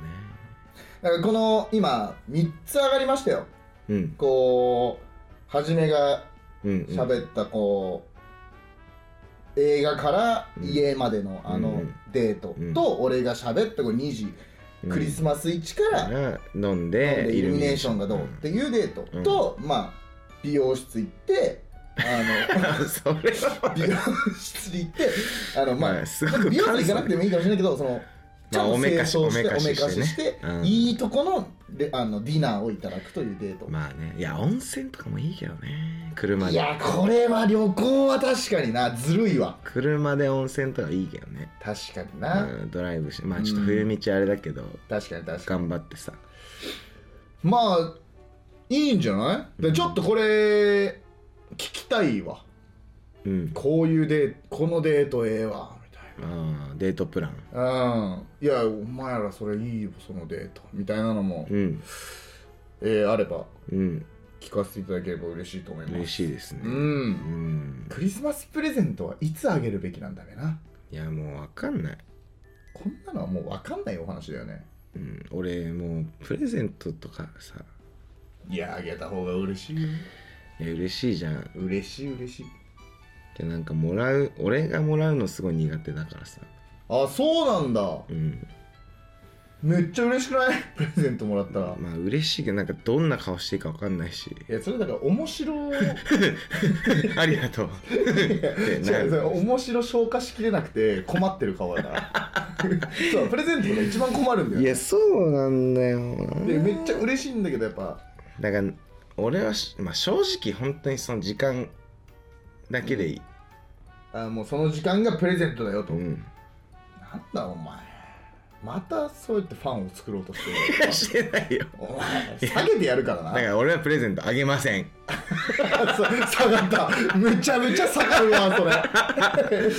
[SPEAKER 3] だからこの今3つ上がりましたよ
[SPEAKER 4] うん
[SPEAKER 3] こう初めが
[SPEAKER 4] うんうん
[SPEAKER 3] 喋ったこう、映画から家までのあ
[SPEAKER 4] う
[SPEAKER 3] の
[SPEAKER 4] ん
[SPEAKER 3] デート
[SPEAKER 4] うん
[SPEAKER 3] と俺が喋ったこう2時
[SPEAKER 4] うん
[SPEAKER 3] クリスマスイチから
[SPEAKER 4] 飲んで
[SPEAKER 3] イルミネーションがどうっていうデートとまあ美容室行ってあの
[SPEAKER 4] それ は
[SPEAKER 3] 美容室に行ってあのま
[SPEAKER 4] ま
[SPEAKER 3] あ
[SPEAKER 4] あすごく
[SPEAKER 3] 美容室行かなくてもいいかもしれないけどそのちゃんと
[SPEAKER 4] おめ
[SPEAKER 3] 清
[SPEAKER 4] かし
[SPEAKER 3] 掃してお
[SPEAKER 4] おめかし
[SPEAKER 3] めか
[SPEAKER 4] して
[SPEAKER 3] し
[SPEAKER 4] ね
[SPEAKER 3] して
[SPEAKER 4] うん
[SPEAKER 3] いいとこのレあのディナーをいただくというデート
[SPEAKER 4] まあねいや温泉とかもいいけどね車
[SPEAKER 3] い
[SPEAKER 4] で
[SPEAKER 3] やこれは旅行は確かになずるいわ
[SPEAKER 4] 車で温泉とかいいけどね、
[SPEAKER 3] 確かに
[SPEAKER 4] う
[SPEAKER 3] な、
[SPEAKER 4] ん、ドライブしてまあちょっと冬道あれだけど、
[SPEAKER 3] 確かに確かに
[SPEAKER 4] 頑張ってさ
[SPEAKER 3] まあいいんじゃないでちょっとこれ聞きたいわ
[SPEAKER 4] うん
[SPEAKER 3] こういうデーこのデートええわみたい
[SPEAKER 4] ああデートプラン
[SPEAKER 3] なうんいやお前らそれいいよそのデートみたいなのも、
[SPEAKER 4] うん
[SPEAKER 3] えーあれば
[SPEAKER 4] うん
[SPEAKER 3] 聞かせていただければ嬉しいと思います
[SPEAKER 4] 嬉しいですね
[SPEAKER 3] う
[SPEAKER 4] うんん
[SPEAKER 3] クリスマスプレゼントはいつあげるべきなんだべない
[SPEAKER 4] やもうわかんない、
[SPEAKER 3] こんなのはもう分かんないお話だよね
[SPEAKER 4] うん、俺もうプレゼントとかさ
[SPEAKER 3] いやあげた方が嬉しいよ
[SPEAKER 4] いや嬉しいじゃん
[SPEAKER 3] 嬉しい嬉しい
[SPEAKER 4] けどなんかもらう俺がもらうのすごい苦手だからさ
[SPEAKER 3] あそうなんだ
[SPEAKER 4] うん
[SPEAKER 3] めっちゃ嬉しくない プレゼントもらったら、
[SPEAKER 4] まあ嬉しいけどなんかどんな顔していいかわかんな いし
[SPEAKER 3] いやそれだから面白 い
[SPEAKER 4] ありがとう ってな
[SPEAKER 3] 違うそれ
[SPEAKER 4] る
[SPEAKER 3] 面白消化しきれなくて困ってる顔だから そうプレゼントが一番困るんだよ
[SPEAKER 4] いやそうなんだよな
[SPEAKER 3] でめっちゃ嬉しいんだけどやっぱ
[SPEAKER 4] だから俺はし、まあ、正直本当にその時間だけでいい、
[SPEAKER 3] あもうその時間がプレゼントだよと、
[SPEAKER 4] う
[SPEAKER 3] なん
[SPEAKER 4] ん、
[SPEAKER 3] だお前またそうやってファンを作ろうとして
[SPEAKER 4] い
[SPEAKER 3] る
[SPEAKER 4] やしてないよ
[SPEAKER 3] お前下げてやるから
[SPEAKER 4] だ
[SPEAKER 3] な
[SPEAKER 4] から俺はプレゼントあげません
[SPEAKER 3] そう下がっためちゃめちゃ下がるわそれ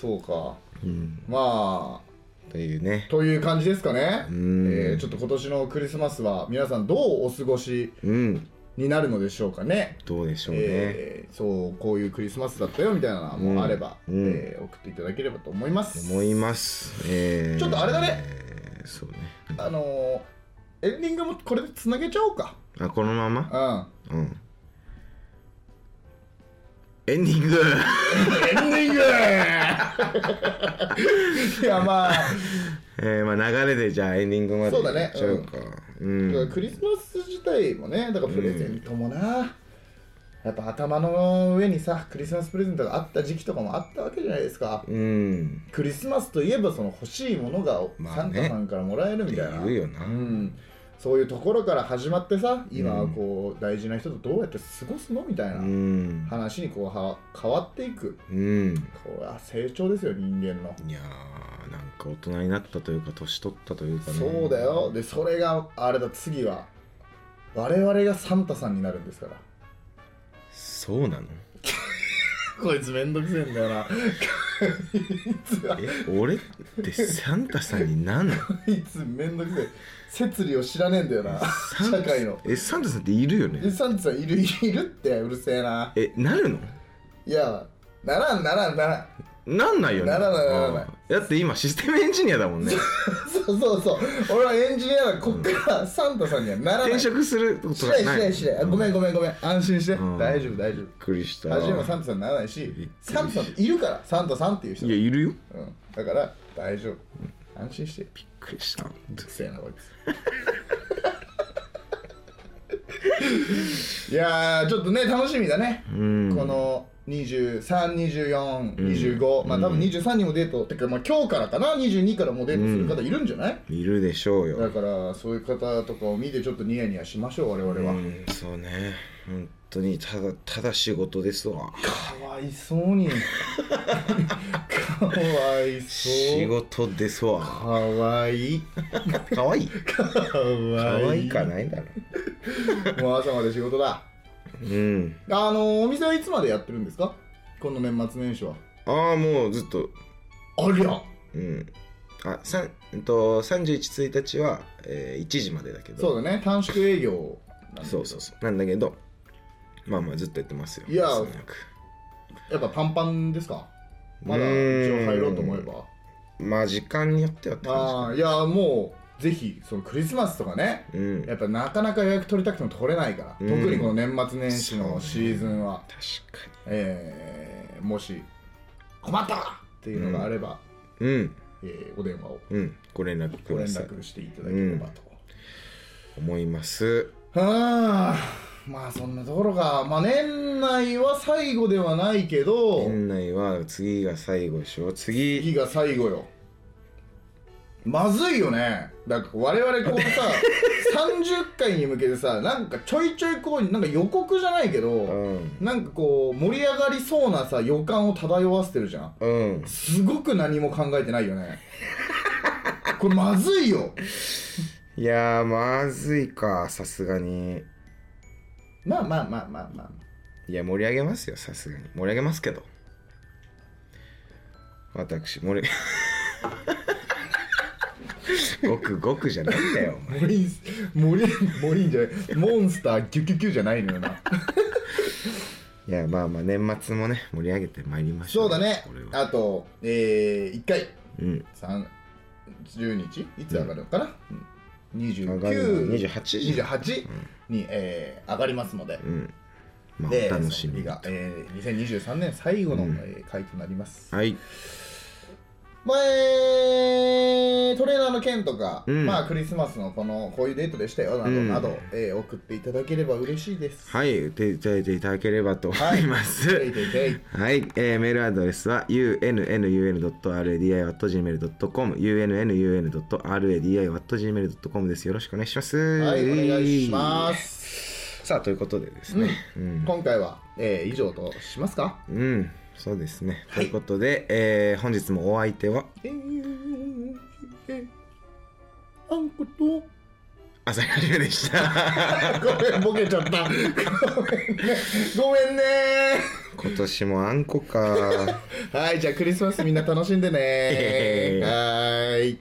[SPEAKER 3] そうか、まあ
[SPEAKER 4] というね
[SPEAKER 3] という感じですかね、え
[SPEAKER 4] ん
[SPEAKER 3] ーちょっと今年のクリスマスは皆さんどうお過ごし
[SPEAKER 4] うん
[SPEAKER 3] になるのでしょうかね
[SPEAKER 4] どうでしょうね、
[SPEAKER 3] えーそうこういうクリスマスだったよみたいなのもあれば、
[SPEAKER 4] うんうん
[SPEAKER 3] えー送っていただければと思います
[SPEAKER 4] 思います、えー
[SPEAKER 3] ちょっとあれだね
[SPEAKER 4] えーそうね
[SPEAKER 3] あのーエンディングもこれでつなげちゃおうか
[SPEAKER 4] あこのまま
[SPEAKER 3] う
[SPEAKER 4] うんエンディング
[SPEAKER 3] エンディング いやまあ、
[SPEAKER 4] えー、まあ流れでじゃあエンディングまで
[SPEAKER 3] そうだね
[SPEAKER 4] いっちゃうかうん、
[SPEAKER 3] だからクリスマス自体もねだからプレゼントもな、やっぱ頭の上にさクリスマスプレゼントがあった時期とかもあったわけじゃないですか
[SPEAKER 4] うん、
[SPEAKER 3] クリスマスといえばその欲しいものが
[SPEAKER 4] まあ
[SPEAKER 3] サン
[SPEAKER 4] ね
[SPEAKER 3] タさんからもらえるみたいな、
[SPEAKER 4] 言うよな
[SPEAKER 3] うん、そういうところから始まってさ今はこう大事な人とどうやって過ごすのみたいうなん話にこうは変わっていく
[SPEAKER 4] うん
[SPEAKER 3] これは成長ですよ人間の
[SPEAKER 4] いやーなんか大人になったというか年取ったというかね
[SPEAKER 3] そうだよでそれがあれだ次は我々がサンタさんになるんですから
[SPEAKER 4] そうなの
[SPEAKER 3] こいつめんどくせえんだよなこいつは
[SPEAKER 4] え俺ってサンタさんに なんの
[SPEAKER 3] こいつめんどくせえ摂理を知らねえんだよな
[SPEAKER 4] サン
[SPEAKER 3] 社会の
[SPEAKER 4] えサンタさんっているよ
[SPEAKER 3] で
[SPEAKER 4] ね
[SPEAKER 3] サンタさんいるいるってうるせえな
[SPEAKER 4] えなるの
[SPEAKER 3] いやならんならんならん
[SPEAKER 4] なんないよね
[SPEAKER 3] ならないならない
[SPEAKER 4] うんだって今システムエンジニアだ もんね
[SPEAKER 3] そうそうそう俺はエンジニアだこっからサンタさんにはならない
[SPEAKER 4] 転職すること
[SPEAKER 3] し
[SPEAKER 4] が
[SPEAKER 3] ないしないしないあごめんごめんごめん安心して、
[SPEAKER 4] うん
[SPEAKER 3] 大丈夫大丈
[SPEAKER 4] びっくりした
[SPEAKER 3] 夫初めはサンタさんにならないし
[SPEAKER 4] びっくりした
[SPEAKER 3] サンタさんっているからサンタさんっていう人
[SPEAKER 4] いやいるよ
[SPEAKER 3] うん、だから大丈夫安心して
[SPEAKER 4] びっくりした
[SPEAKER 3] くせえなこい ついやーちょっとね楽しみだね、
[SPEAKER 4] うん
[SPEAKER 3] この232425、
[SPEAKER 4] うん
[SPEAKER 3] まあ多分23にもデートてかまあ今日からかな22からもうデートする方いるんじゃない、
[SPEAKER 4] いるでしょうよ
[SPEAKER 3] だからそういう方とかを見てちょっとニヤニヤしましょう我々は、
[SPEAKER 4] うんそうね本当にただただ仕事です
[SPEAKER 3] か
[SPEAKER 4] わ
[SPEAKER 3] わいそう にかわい
[SPEAKER 4] 仕
[SPEAKER 3] そう
[SPEAKER 4] 事ですわ
[SPEAKER 3] かわいい
[SPEAKER 4] かわいい
[SPEAKER 3] か
[SPEAKER 4] か
[SPEAKER 3] わ
[SPEAKER 4] わ
[SPEAKER 3] い
[SPEAKER 4] い
[SPEAKER 3] い
[SPEAKER 4] かないだろ
[SPEAKER 3] もう朝まで仕事だ
[SPEAKER 4] うん
[SPEAKER 3] あのお店はいつまでやってるんですかこの年末年始は
[SPEAKER 4] ああもうずっと
[SPEAKER 3] ありゃ
[SPEAKER 4] うんあさんえっと311日は、えー1時までだけど
[SPEAKER 3] そうだね短縮営業なんで
[SPEAKER 4] そうそうそうなんだけどまあまあずっとやってますよ
[SPEAKER 3] いや
[SPEAKER 4] そんなく
[SPEAKER 3] やっぱパンパンですかまだ
[SPEAKER 4] う
[SPEAKER 3] 一
[SPEAKER 4] ーん
[SPEAKER 3] 応入ろうと思えば
[SPEAKER 4] まあ時間によってはって
[SPEAKER 3] あ
[SPEAKER 4] 感
[SPEAKER 3] あいやもうぜひそのクリスマスとかね
[SPEAKER 4] じうん
[SPEAKER 3] やっぱなかなか予約取りたくても取れないから、
[SPEAKER 4] うん
[SPEAKER 3] 特にこの年末年始のシーズンは、
[SPEAKER 4] 確か
[SPEAKER 3] えーもし困ったっていうのがあれば、
[SPEAKER 4] にうん
[SPEAKER 3] えーお電話を
[SPEAKER 4] うんご連絡
[SPEAKER 3] ご
[SPEAKER 4] く
[SPEAKER 3] 連
[SPEAKER 4] ださい
[SPEAKER 3] 絡していただければと。
[SPEAKER 4] 思います
[SPEAKER 3] はあまあそんなところが、まあ、年内は最後ではないけど、
[SPEAKER 4] 年内は次が最後でしょ次
[SPEAKER 3] 次が最後よまずいよねだから我々こ うさ30回に向けてさなんかちょいちょいこうなんか予告じゃないけど、
[SPEAKER 4] うん
[SPEAKER 3] なんかこう盛り上がりそうなさ予感を漂わせてるじゃん
[SPEAKER 4] うん
[SPEAKER 3] すごく何も考えてないよ ねこれまずいよ
[SPEAKER 4] いやーまずいかさすがに
[SPEAKER 3] まあまあまあまあまあ
[SPEAKER 4] いや盛り上げますよさすがに盛り上げますけど私盛りごくごくじゃないんだよお前
[SPEAKER 3] モリンモリンモリンじゃないモンスターキュキュキュじゃないのよない
[SPEAKER 4] やまあまあ年末もね盛り上げてまいりましょ
[SPEAKER 3] そううだね
[SPEAKER 4] これは
[SPEAKER 3] あとえー、1回
[SPEAKER 4] うん
[SPEAKER 3] 30日いつ上がるのかな、
[SPEAKER 4] 上がるのは
[SPEAKER 3] ?2928
[SPEAKER 4] 28時
[SPEAKER 3] に、えー上がりますので、
[SPEAKER 4] うんまあ
[SPEAKER 3] で
[SPEAKER 4] お楽しみ
[SPEAKER 3] その日
[SPEAKER 4] に
[SPEAKER 3] が、えー、2023年最後の、
[SPEAKER 4] うん
[SPEAKER 3] えー回となります、
[SPEAKER 4] はい
[SPEAKER 3] まあえートレーナーの件とか、
[SPEAKER 4] うん
[SPEAKER 3] まあ、クリスマスのこのこういうデートでしたよなど
[SPEAKER 4] うん
[SPEAKER 3] など、えー送っていただければ嬉しいです。
[SPEAKER 4] はいでいただいていただければと思います、
[SPEAKER 3] デイデイデイ
[SPEAKER 4] はい、えーメールアドレスは unnun.radi.gmail.com unnun.radi.gmail.com です。よろしくお願いします。
[SPEAKER 3] はい、お願いします。
[SPEAKER 4] す。さあ、ということでですね。うん。
[SPEAKER 3] 今回は、えー以上としますか、
[SPEAKER 4] うんそうですね。ということで、えー本日もお相手は、
[SPEAKER 3] えー、えあんこと
[SPEAKER 4] 朝日りゅうで した。
[SPEAKER 3] ごめんボケちゃったごめんねごめんね
[SPEAKER 4] 今年もあんこか。
[SPEAKER 3] はいじゃあクリスマスみんな楽しんでね
[SPEAKER 4] イエーイ
[SPEAKER 3] はーい